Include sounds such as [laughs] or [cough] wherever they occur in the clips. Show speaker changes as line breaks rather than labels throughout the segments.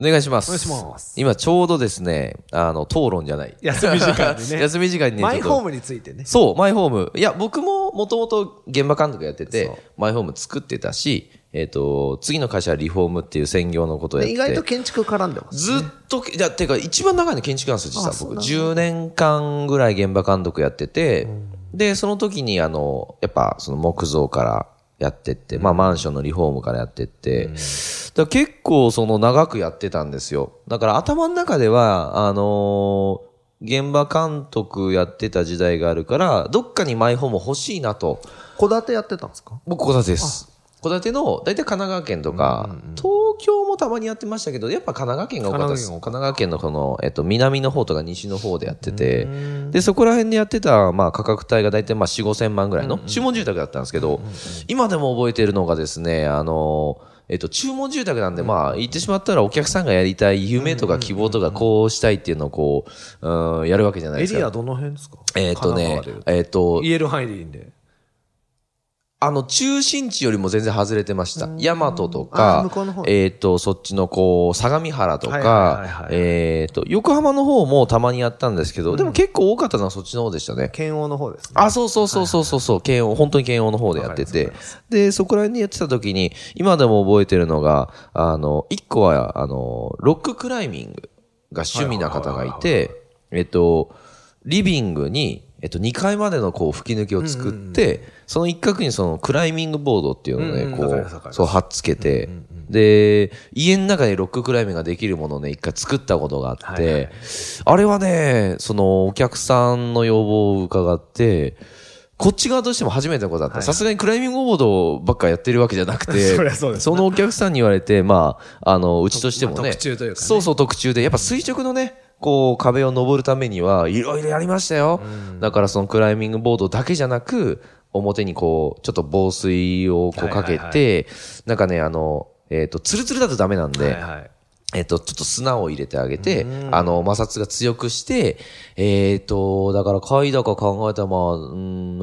お願いします。
お願いします
今ちょうどですね、あの、討論じゃない。
休み時間で
[laughs]
ね。
休み時間にね、
マ
ち
イ
ょっと
ホームについてね。
そう、マイホーム。いや、僕ももともと現場監督やってて
そう、
マイホーム作ってたし、えっ、と、次の会社はリフォームっていう専業のことをやって
意外と建築絡んでます。
ずっと、いや、てか一番長いの建築なんですよ、実は
あそう
僕。
なんだ
10年間ぐらい現場監督やってて、で、その時にあの、やっぱその木造からやってって、まあマンションのリフォームからやってって、だから結構その長くやってたんですよ。だから頭の中では、あのー現場監督やってた時代があるから、どっかにマイホーム欲しいなと。
戸建てやってたんですか
僕、戸建てです。戸建ての、大体神奈川県とか、東京もたまにやってましたけど、やっぱ神奈川県が多かったです。神
神
奈川県のこの、えっと、南の方とか西の方でやってて、で、そこら辺でやってた、まあ、価格帯が大体まあ、4、5千万ぐらいの、注文住宅だったんですけど、今でも覚えてるのがですね、あの、えっと、注文住宅なんで、まあ、言ってしまったらお客さんがやりたい夢とか希望とか、こうしたいっていうのをこう、うん、やるわけじゃない
エ
です
リア
か。
どの辺ですか
えっとね
神奈川、で
えっと、
言える範囲でいいんで。
あの、中心地よりも全然外れてました。大和と
あー
か
向こうの方、
えっ、と、そっちのこう、相模原と
はいはい
か
は、いはい
えっ、と、横浜の方もたまにやったんですけど、でも結構多かったのはそっちの方でしたね。
県央の方ですね。
あ、そうそうそうそうそうそう、検温、本当に検温の方でやって
わ
て
かりま、
で、そこら辺にやってた時に、今でも覚えてるのが、あの、一個は、あの、ロッククライミングが趣味な方がいて、えっと、リビングに、えっと、2階までのこう吹き抜けを作って、その一角にそのクライミングボードっていうのを
うんう
ね、
ん
こ
わかりますわか
う、
ります
そう、貼っつけて、で、家の中にロッククライミングができるものをね、一回作ったことがあっ
はいは
て、あれはね、そのお客さんの要望を伺って、こっち側としても初めてのことだった。さすがにクライミングボードばっかやってるわけじゃなくて、
[laughs] そりゃそうですね
のお客さんに言われて、まあ、あの、うちとしてもね、
まあ特注というかね
そうそう特注で、やっぱ垂直のね、こう壁を登るためには、いろいろやりましたよ。だからそのクライミングボードだけじゃなく、表にこう、ちょっと防水をこうかけて、
はいはい
なんかね、あの、えっ、と、ツルツルだとダメなんで、
はいはい。
えっと、ちょっと砂を入れてあげて、あの、摩擦が強くして、えっと、だから、階高考えたら、まあ、うん、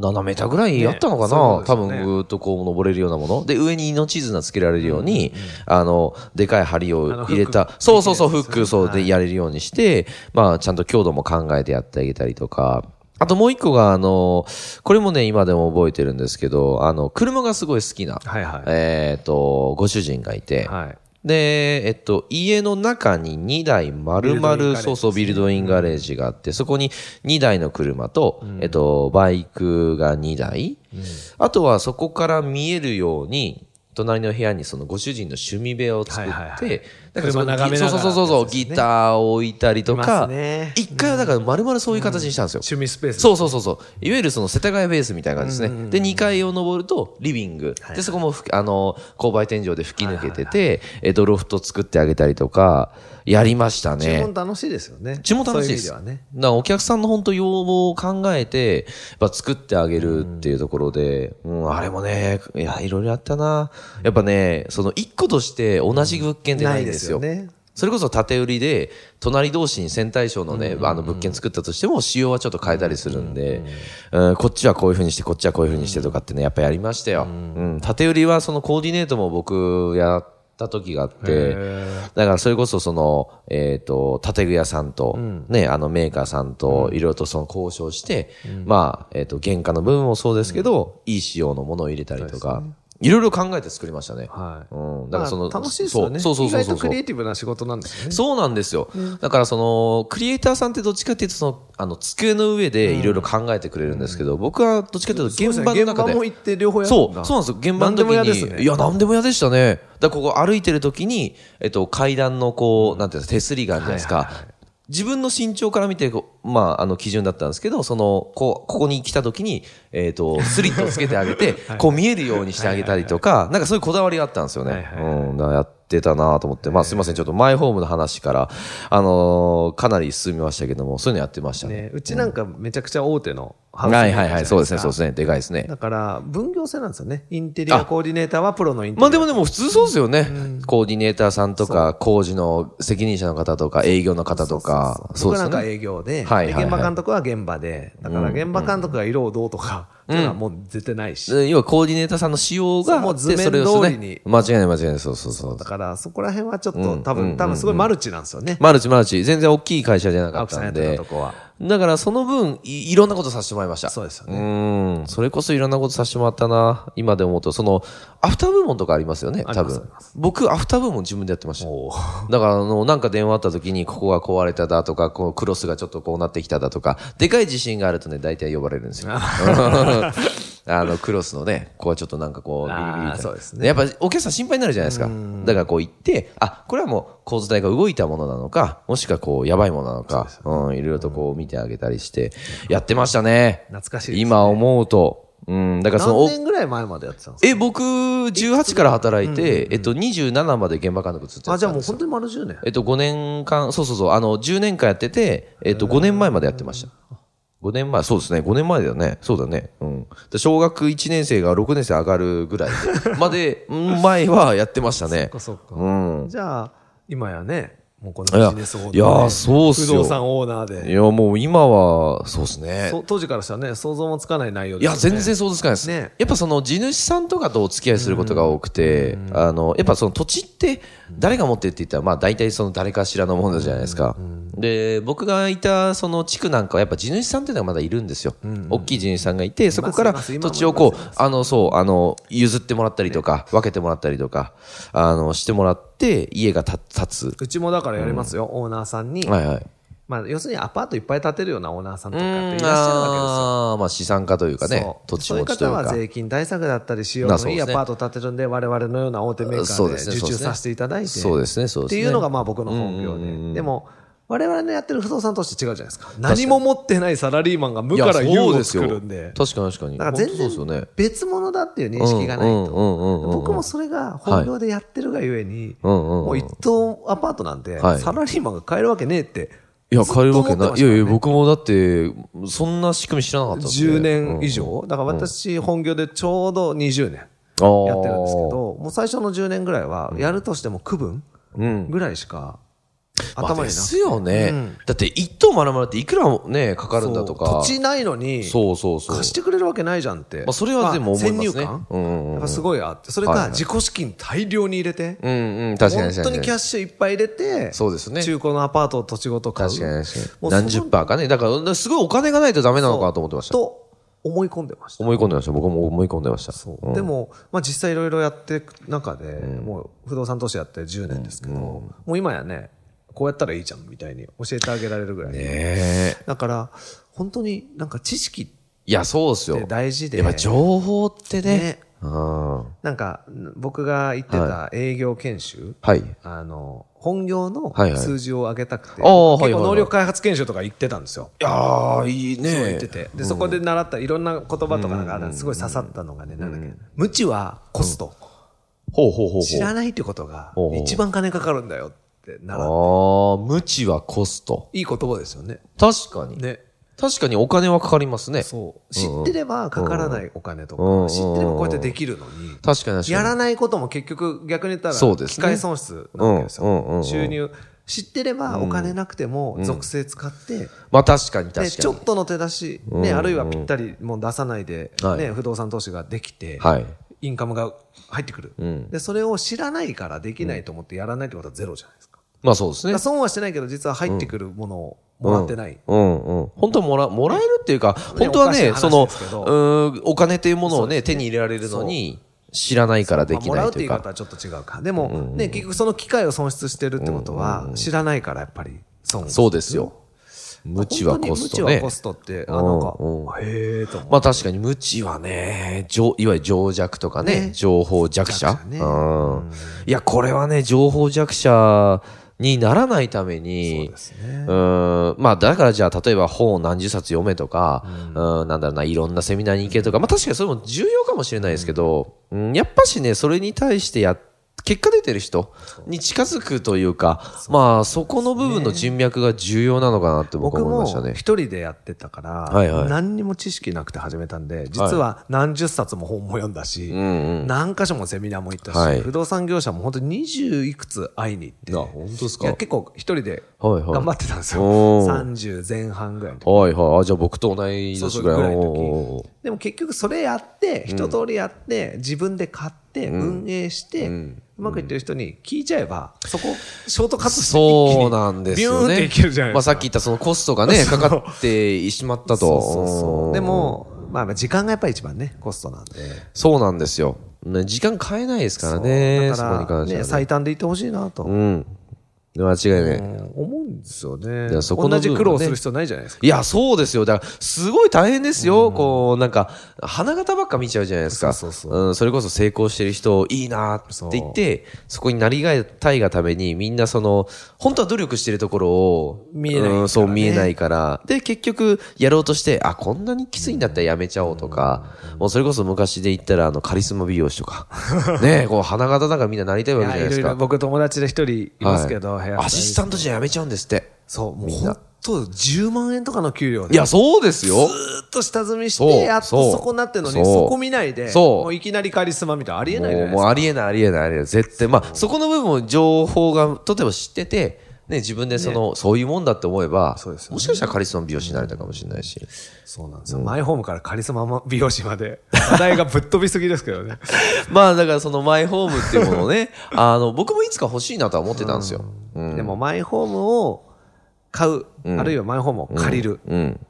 7メーターぐらいあったのか
ねそう
な、
です
多
よね
分、ぐーっとこう、登れるようなもの。で、上に命綱つけられるように、あの、でかい針を入れ
あの
た
フッ、ク
そうそうそう、フッ
できるや
ク、
つ
そうでやれるようにして、まあ、ちゃんと強度も考えてやってあげたりとか、あともう一個が、あの、これもね、今でも覚えてるんですけど、あの、車がすごい好きな、
はいはい。
えっと、ご主人がいて、
はい。
で、えっと、家の中に2台丸
ビルドインガレージ
々、
ですね
そうそう、ビルドインガレージがあって、そこに2台の車と、えっと、バイクが2台、あとはそこから見えるように、隣の部屋にそのご主人の趣味部屋を作って、
はいはいはい
なんかそこ
車
に
眺めながら
そうそうそうそう、
ですね
ギターを置いたりと
いま
か
す、ね
一回はだから丸々そういう形にしたんですよ。
趣味スペース。
そうそうそうそう。いわゆるその世田谷ベースみたいな感じですね。で、2階を登るとリビング。で、そこもふ、あの、勾配天井で吹き抜けてて、えっと、ロフト作ってあげたりとか、やりました
注
ね
文。楽しいですよね。
注文楽しいです。
そうう意味ではね。
だからお客さんの本当要望を考えて、やっぱ作ってあげるっていうところで、うん、あれもね、いや、いろいろやったな。やっぱね、その1個として同じ物件で
な
ないいんで
ですす
よ
よ。ね。
それこそ縦売りで、隣同士に線対称のね、あの物件作ったとしても、仕様はちょっと変えたりするんで、うんこっちはこういう風にして、こっちはこういう風にしてとかってね、やっぱやりましたよ。うん、縦売りはそのコーディネートも僕やった時があって、だからそれこそその、えっ、と、建具屋さんと、ね、あのメーカーさんと、いろいろとその交渉して、まあ、えっ、と、原価の部分もそうですけど、いい仕様のものを入れたりとか、いろいろ考えて作りましたね。
はい。
うん、だか
だからら
その、
楽しいですよね。
そうそうそう
意
そう
外と
そう
クリエイティブな仕事なんですよね。
そうなんですよ。だからその、クリエイターさんってどっちかっていうと、その、あの、机の上でいろいろ考えてくれるんですけど、僕はどっちかっていうと現場の
現
中
場
で。
も行って両方やる
そ
んだ
う、そうなんですよ。現場の時
何でも嫌です
に、
ね
いや、なんでも嫌でしたね。だからここ歩いてる時に、えっと、階段のこう、なんていうんですか、手すりがあるじゃないですか。自分の身長から見て、こうまあ、あの、基準だったんですけど、その、こう、ここに来た時に、えっ、と、スリッ
[laughs]
トをつけてあげて、こう見えるようにしてあげたりとか、なんかそういうこだわりがあったんですよね。
はいはい
うん、だからやっってたなと思って、まあすいません、ちょっとマイホームの話から、あのーかなり進みましたけども、そういうのやってましたね。
ね、うちなんかめちゃくちゃ大手のハウスメ
はい
ーカーじゃな
はいいはい、そうですね、そうです
ね。
ね、でかいですね。
だから、分業制なんですよね。インテリアコーディネーターはプロのインテリ
ま
ア。
あでもでも普通そうですよね。コーディネーターさんとか、工事の責任者の方とか、営業の方とか、
そ
そうう
で
ですすよ
ね。僕なんか
ね。
営業で、
はいはいはい
で現場監督は現場で、だから現場監督が色をどうとか、っていうのはもう絶対ないし、
で要はコーディネーターさんの仕様が
そうも
あ
う
って、
図面
それを
通
ね
りに
間違いない間違いない。そうそうそう
だ。からそこら辺はちょっと多分、多分すごいマルチなんですよね。
マルチマルチ。全然大きい会社じゃなか
青
っ
木さ
た
んやっ
ん
て
で
たと。こは。
だからその分い、いろんなことさせてもらいました。
そうですよね
うん。それこそいろんなことさせてもらったな。今で思うと、その、アフター部門とかありますよね、多分。僕、アフター部門自分でやってました。だから、あの、なんか電話あった時に、ここが壊れただとか、こう、クロスがちょっとこうなってきただとか、でかい地震があるとね、大体呼ばれるんですよ。 [laughs] あの、クロスのね、ここはちょっとなんかこう、ビリビリみたい
あ
な
ーそうですね
やっぱお客さん心配になるじゃないですか。だからこう行って、あ、これはもう構図体が動いたものなのか、もしくはこう、やばいものなのか、うん、いろいろとこう見てあげたりして、やってましたね。
懐かしいですね
今思うと。うん、だからその、
何
お
年ぐらい前までやってたんです
え、僕、18から働いて、えっと、27まで現場監督ずっと
か
や
あ、
って
じ
た
ゃあ
ん
も
で
う
すよ
本当に丸10年。
えっと、5年間、そうそうそう、あの、10年間やってて、えっと、5年前までやってました。5年前、そうですね、5年前だよね。そうだね。うん。で小学1年生が6年生上がるぐらいでまで、うん前はやってましたね。
そっかそっ
う
か。
ん。
じゃあ、今やね、もうこ
い
のビ
や
ジネスオーナーで
いやそうっすよ
不動産オーナー
い
で。
や、もう今は、そうですね。
そう当時からしたらね、想像もつかない内容
い
ですよ
や、
ね
全然想像つかないです。
ね
やっぱその地主さんとかとお付き合いすることが多くて、あの、やっぱその土地って誰が持ってるって言ったら、まあ大体その誰かしらのものじゃないですか。で、僕がいたその地区なんかはやっぱ地主さんっていうのがまだいるんですよ。大きい地主さんがいて、そこから
ますいます
土地をこう、あの、そう、あの、譲ってもらったりとか、分けてもらったりとか、あの、してもらって家がた建つ。
うちもだからやりますよ、オーナーさんに。
はいはい。
まあ、要するにアパートいっぱい建てるようなオーナーさんとかっていらっしゃるわ
ああー、まあ資産家という
け
か
ですよ。
ね、土地
そういう
持ちとい
方
う
は
か。
税金対策だったり、仕様
まあそ
の
う
いい
で
ア
すね
パート建てるんで、我々のような大手メーカ
そう
ー
で
です
ね
受
そう
注
ですね
させていただいて、
そうですねそうで
っ
す
て
ね
いうのがまあ僕の本業で。でも、我々のやってる不動産投資と違うじゃないですか。何も持ってないサラリーマンが無から
い
有
やそう
を
すよ
作るんで。
確かに確かに。
だから全
本当そうですよ
然
ね。
別物だっていう認識がない
う
と。
んうんうんうんうん
僕もそれが本業でやってるがゆえに、
うんうんうん
もう一棟アパートなんて、
はい
サラリーマンが買えるわけねえって。
いや、変えるわけ
ずっと思って
な
ま
い。
し
い
たから
や
ね
いや、僕もだって、そんな仕組み知らなかったんで。
10年以
うん
上、だから私、本業でちょうど20年や
あー
ってるんですけど、もう最初の10年ぐらいは、やるとしても区分ぐらいしか
まあ
頭
で
にな
すよね。だって、一棟丸々っていくらね、かかるんだとか。
土地ないのに、
そうそうそう。
貸してくれるわけないじゃんって、
まあそれはでも思いますね
先入観、
うんうんうん
やっぱすごいあって、それ
はい
か
はい
自己資金大量に入れて、
うんうん、確かに確か
本
に。
当にキャッシュいっぱい入れて、
そうですね
中古のアパートを土地ごと買う。
確かに確か
も
に。
うそこ
何十パーかね。だから、すごいお金がないとダメなのかなと思ってました。
と思い込んでました。
思い込んでました。僕も思い込んでました。
そうでも、まあ、実際いろいろやっていく中で、もう不動産投資やって10年ですけど、もう今やねこうやったらいいじゃんみたいに教えてあげられるぐらい、
ねえ。
だから本当になんか知識っ
いや、そうです
て
よ。
大事で
やっぱ情報ってね
ね。
うん。
なんか僕が行ってた営業研修、
はい。
あの本業の
はいはい
数字を上げたくて、
あーはい
結
はい
構
はい
能力開発研修とか行ってたんですよ、
いやー、いいね。
言っててでそこで習ったいろんな言葉とかなんかあるすごい刺さったのがね、なんだっけ無知はコスト、
ほうほうほうほう。
知らないってことが
ほうほう
一番金かかるんだよって習う。
ああ、無知はコスト。
いい言葉ですよね。
確かに。
ね。
確かにお金はかかりますね。
そう。知ってればかからないお金と
うんう
か、
ん
知ってればこうやってできるのに、
確かに確かに。
やらないことも結局逆に言った
そう
ら、
です
機
ね
械損失なわけです
うんうんうんう
よ。
ん
収入。知ってればお金なくても属性使って、
まあ確かに確かに。
でちょっとの手出し、ね、あるいはぴったりもう出さないで、
はい
ね、不動産投資ができて、
はい。
インカムが入ってくる。で、それを知らないからできないと思ってやらないってことはゼロじゃないですか。
まあそうです
だか
ね
ら。損はしてないけど、実は入ってくるものをもらってない。
うんうん。本当はもら、もらえるっていうか、本当は
お
ね、
かしい
その、う
話ですけど
ーん、お金っていうものをね、手に入れられるのに、知らないからで
まあ
き
も
な
ら
いう
って
とい
言いう方
か。
はちょっと違うか。でも、ね、結局その機会を損失してるってことは、知らないからやっぱり損。
そうですよ。無知はコスト
本
ね
当に無知はコ。ストって、あ、なんか
うんう、
へえと思う。
まあ確かに無知はね、情いわゆる情弱とかね、
ね
情報弱者
弱者ね
うん。いや、これはね、情報弱者にならないために、うんまあだからじゃあ、例えば本を何十冊読めとか、うん、なんだろうな、いろんなセミナーに行けとか、まあ確かにそれも重要かもしれないですけど、うんやっぱしね、それに対してやっ結果出てる人に近づくというか、まあ、そこの部分の人脈が重要なのかなって僕は
僕
思い
も
ましたね
一。人でやってたから、
はいはい
何にも知識なくて始めたんで、実は何十冊も本も読んだし、何箇所もセミナーも行ったし、
はい
不動産業者も本当に20いくつ会いに行って、
あ本当ですか
いや結構一人で
はいはい
頑張ってたんですよ。
おー
30前半ぐらいの時
はいはい。あ、じゃあ僕と同い
そうそ
年
う
ぐ
ぐ
らい
らい
の。
の
おー
時でも結局それやって一通りやって、自分で買って、運営して、うまくいってる人に聞いちゃえばそこショートカットして一気
そう
に
なんですよね。
ビューンっていけるじゃな
ま
いで
あ
すか
さっき言ったそのコストがね、かかってしまったと。
そうそうそううんで、も、まあ、時間がやっぱり一番ねコストなんで
そうなんですよ。ね、時間変えないですからね、
そう
そ
だ
こに
から
関して
ね
は、ね。
最短でいってほしいなと、
うん。間違いない。
思うんですよね
やそこの部分
同
ね
じ苦労する必要ないじゃないですか
いや、そうですよ。だから、すごい大変ですよ。こう、なんか、花形ばっか見ちゃうじゃないですか。
そうそう
うん、それこそ成功してる人、いいなって言って、そこになりがいたいがために、みんなその、本当は努力してるところを、
見えないからね
うんそう、見えないから。で、結局、やろうとして、あ、こんなにきついんだったらやめちゃおうとか、もうそれこそ昔で言ったら、あの、カリスマ美容師と
[laughs]
か。ねこう、花形なんかみんななりたいわけじゃな
い
い
や
で
いろ
す
い
か。
ろ僕友達で一人いますけど、
はい
部屋
アシスタントじゃやめちゃうんですって。
そうもう
みんな
本当10万円とかの給料で
いや、そうですよ。
ずっと下積みし
そう
て、やっ
そう
とそこになってるの
そう
に、そこ見ないで、
そう
もういきなりカリスマみたいな、ありえないじ
も
ゃ
う
ないで
も
す
う
か。
ありえないありえないありえない絶対まあそこの部分を情報がとても知ってて、ね、自分でその、そういうもんだって思えば、
そうですよね
もしかしたらカリスマ美容師になれたかもしれないし、
そうなんですよ。マイホームからカリスマ美容師まで、 [laughs] 話題がぶっ飛びすぎですけどね。
まあだからそのマイホームっていうものを
[laughs]
ねあの僕もいつか欲しいなとは思ってたんですよ、
でも、マイホームを買う、あるいはマイホームを借りる
うん、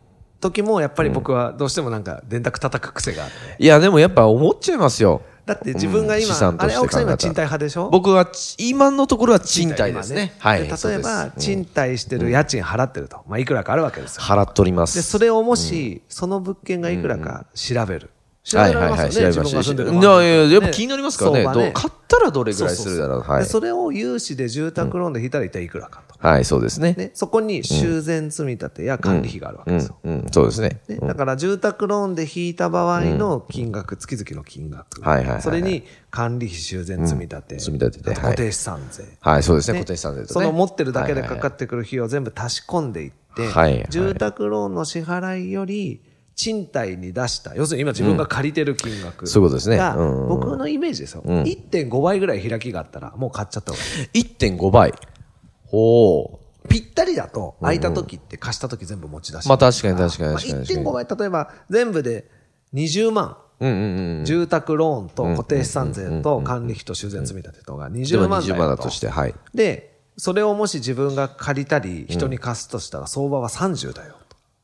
時も、やっぱり僕はどうしてもなんか、電卓叩く癖があって。
いやでもやっぱ思っちゃいますよ
だって自分が
うん資
今
産、と
あ
して
れ、青木さ
考えた
ん
ら
今賃貸派でしょ
僕はち今のところは賃貸ですね
今
はい
で
そう
例え
です
ば、
うん
賃貸してる家賃払ってると。まあ、いくらかあるわけですよ。
払っとります
で、それをもし、その物件がいくらか調べる。調べられますよね、
調べま
自分
した
が住んでる
い
マンション
やいややっぱ気になりますからね
相場
どう買ったらどれぐらいするだろう
そうそうそう
は
で
い
それを融資で住宅ローンで引いたら一体いくらかと。
はいそうですね
ね、そこに修繕積立や管理費があるわけ
う
です
ん
よ。
うんそうですね
ね、だから住宅ローンで引いた場合の金額、月々の金額、
はいはいはいはい
それに管理費、修繕積立、
積み立てて
あと固定資産税、
はい、そうですね、
ね
固定資産税とね。
その持ってるだけでかか
っ
ってくる費用を全部足し込んでいって、
はいはい
住宅ローンの支払いより、賃貸に出した、要するに今自分が借りてる金額が、
そういうことですねうんうん
僕のイメージですよ、1.5倍ぐらい開きがあったら、もう買っちゃった方がいい。
1.5倍。ほ
ぴったりだと、空いた時って貸した時全部持ち出し
う。まあ確かに確かに確か
まあ
に確かに。
1.5倍、例えば全部で20万、
うんうんうん。
住宅ローンと固定資産税と管理費と修繕積立とが
で
20
も
万
20万
だ
だ
と
として、はい。
で、それをもし自分が借りたり、人に貸すとしたら、相場は30だよ。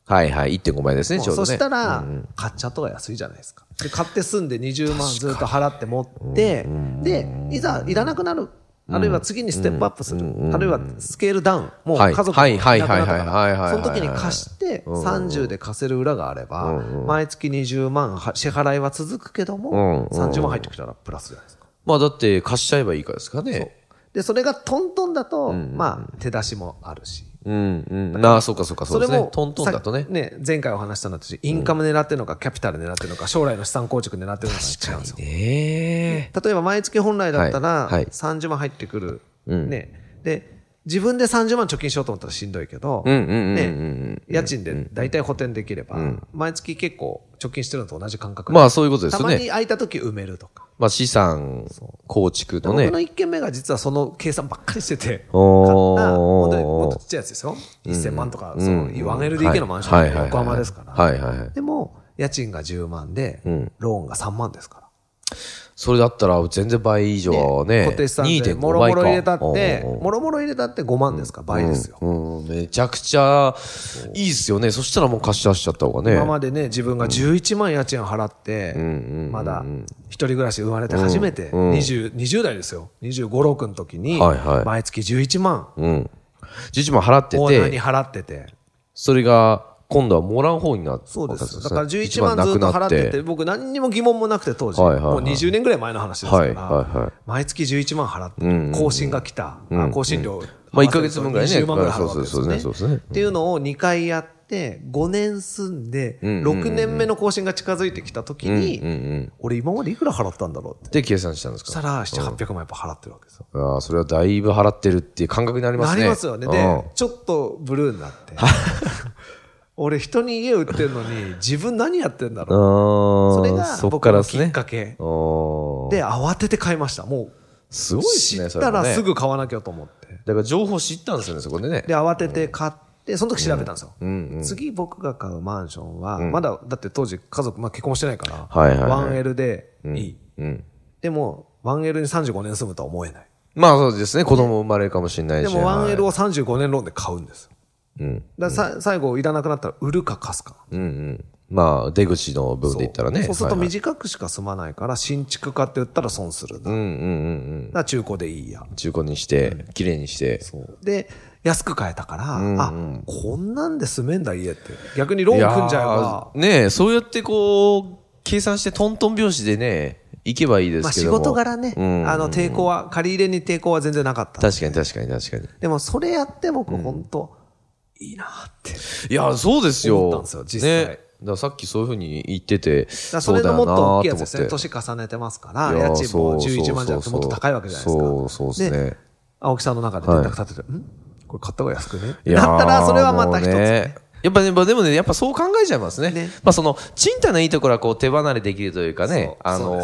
はいはい、1.5倍ですね、ちょうど
そ
ね。
したら、買っちゃった方が安いじゃないですか。で、買って住んで20万ずっと払って持って、で、いざ、いらなくなる。あるいは次にステップアップする。あるいはスケールダウン。もう
はい
家族もいなくなったか
はいはいはいはいはい
ら。その時に貸して、30で貸せる裏があれば、毎月20万は支払いは続くけども、30万入ってきたらプラスじゃないですか。
まあだって貸しちゃえばいいからですかね。
で、それがトントンだと、まあ、手出しもあるし。
うんうん。ああ、そうかそうか、そうで
それ
すね
も。、
トントンだとね
さ。ね、前回お話したのとインカム狙ってるのか、キャピタル狙ってるのか、将来の資産構築狙ってるのか違うんですよ。
ねえ。
例えば毎月本来だったら、
はいはい
30万入ってくる、ね。で、自分で30万貯金しようと思ったらしんどいけど、
うんうんうんうん
ね、家賃で大体補填できれば、毎月結構貯金してるのと同じ感覚で
まあそういうことです
た
よ
まに
ね。
空いた時埋めるとか。
まあ資産構築のね
僕の。一軒目が実はその計算ばっかりしてて、買った、
おー
本当にもっとちっちゃいやつですよ。1000万とか、その 1LDK のマンション、横浜ですから。
はいはいはい。
でも、家賃が10万で、ローンが3万ですから。
それだったら全然倍以上はね。
固定資産税、もろもろ入れたって、もろもろ入れたって5万ですか、倍ですよ。
うん、めちゃくちゃいいっすよね。そしたらもう貸し出しちゃった方がね。
今までね、自分が11万家賃払って、まだ一人暮らし生まれて初めて、20、20代ですよ。25、6の時に
はいはい、
毎月11万、
うん。11万払って
オーナーに
て、
払ってて。
それが今度はもらう方になった
そうですよ。
わけ
だから
ね
11万ず
一
っと払
な
っ
くな
てて、僕何にも疑問もなくて当時、
はいはいはい
もう20年ぐらい前の話ですから、
はいはいはい
毎月11万払って、更新が来た、あ更新料、
まあ一ヶ月分ぐらいね
20万ぐらい払うわけ
そう
です
そ
よ
うそうそうですねそうですね
っていうのを2回やって、って5年住んで、
んうんうんうん
6年目の更新が近づいてきた
う
時
んうんう
に、俺今までいくら払ったんだろうって。
で、計算したんです
そした
か。
ら、7、800万やっぱ払ってるわけですよ。
ああ、それはだいぶ払ってるっていう感覚になります
な
ね。
りますよね。
うん
で、ちょっとブルーにな
[laughs]
って。俺人に家売ってるのに、自分何やってんだろう。そ
そ
れが
そっ
僕
から
の
です
き
ね。
っかけ。
おー
で、慌てて買いました。も
す
う、
ごいです
知
ね、
っ
それ
た
も
ら
ね
すぐ買わなきゃと思って。
だから情報知ったんですよね、そこでね。
で、慌てて買って、その時調べたんですよ。
うんうん
次僕が買うマンションは、まだ、だって当時家族、まあ結婚してないから、
はいはいはい
1L でいい。
うん。
でも、1L に35年住むとは思えない。
まあそうですね、子供生まれるかもしれない
で
し。
も
はい
1L を35年ローンで買うんです。
うん。
だからさ最後、いらなくなったら売るか貸すか。
うんうん。まあ、出口の部分で言ったらね。
そうすると
はいはい
短くしか済まないから、新築買って売ったら損するんだ。だ
う
か
んうんうん
ら中古でいいや。
うん。中古にして、綺麗にして。
で、安く買えたから、
ん
あ、こんなんで住めんだ家って。逆にローン組んじゃえば
い、やーねえそうやってこう、計算してトントン拍子でね、行けばいいで
まあ
すけ
仕
ども。
事柄ね、
うん
あの抵抗は、借り入れに抵抗は全然なかった。
確かに確かに確かに。
でもそれやって僕本当、いいなって。
いや、そうですよ。
思ったんですよ実際
ねだからさっきそういうふうに言ってて、
だからそれのもっと大きいやつですね。
そうだよなと思って
年重ねてますか
い
ら、
やー
家賃も
そう
11万じゃなくてもっと高いわけじゃないですか。
そうそうそうですね
青木さんの中で連絡立てて、んこれ買った方が安くね
いやー
なったら、それはまた一つ、
もうねやっぱね、まあでもね、やっぱそう考えちゃいますね。
ね
まあその、賃貸のいいところはこう手離れできるというかね
そう、
あ
そうで
の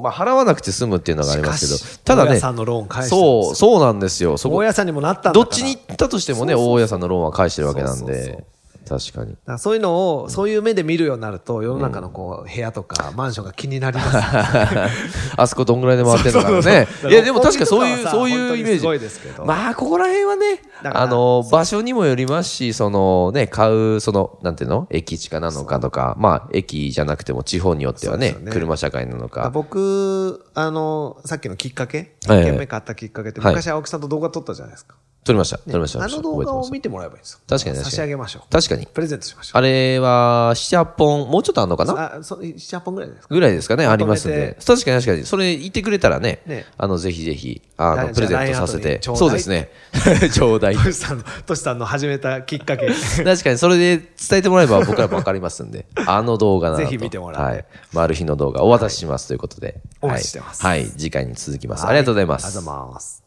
ーまあ払わなくて済むっていうのがあります
しか
け
し
ど、ただ
大
ね、
家さんのローン返してるんですよ
そう、そうなんですよ。そこ
大家さんにもなったんだから。
どっちに行ったとしてもね、大家さんのローンは返してるわけなんで、確かに。
だからそういうのを、そういう目で見るようになると、世の中のこう、部屋とかマンションが気になります。
[laughs] あそこどんぐらいで回ってるのかね
そうそう。そう
いや、でも確かそういう、
六本木とかはさ
そういうイメ
本当にすご
ー
い
ジ
ですけ。ど
まあ、ここら辺はね、
だから
あの、場所にもよりますし、そのね、買う、その、なんていうの駅地下なのかとか、まあ、駅じゃなくても地方によってはね
そうですよ、ね
車社会なのか。
僕、あの、さっきのきっかけ、一
はいはい
軒目買ったきっかけって、
はい
昔青木さんと動画撮ったじゃないですか。
撮りました、撮りました。
あの動
覚えて
画
ま
を
す
見てもらえばいいんですよ。
確かに確かに
差し上げましょう。
確かに。
プレゼントしましょう。
あれは、7、8本、もうちょっとあんのかな
あ、そ7、8本ぐらいですか
ぐらいですかね、ありますん
まとめ
で。確かに確かに。それ言ってくれたらね、
ね
あの、ぜひぜひ、あ
じゃ
の、
あ
プレゼントさせて。
じゃあ LINE 後にちょうだい
そうですね。 [laughs] ちょうだい。
トシさんの、トシさんの始めたきっ
[laughs]
かけ。 [laughs]
確かに、それで伝えてもらえば僕らもわかりますんで、あの動画ならと。
ぜひ見てもらって
はい。マル秘の動画お渡ししますということで。
お
はい
待ちしてます
はい。次回に続きます。ありがとうございます。
ありがとうございます。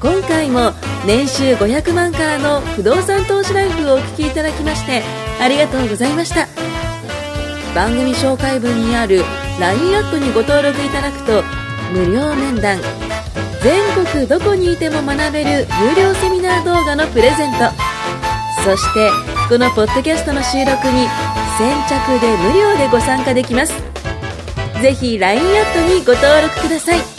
今回も年収500万からの不動産投資ライフをお聞きいただきましてありがとうございました番組紹介文にある LINE アップにご登録いただくと無料面談全国どこにいても学べる有料セミナー動画のプレゼントそしてこのポッドキャストの収録に先着で無料でご参加できますぜひ LINE アットにご登録ください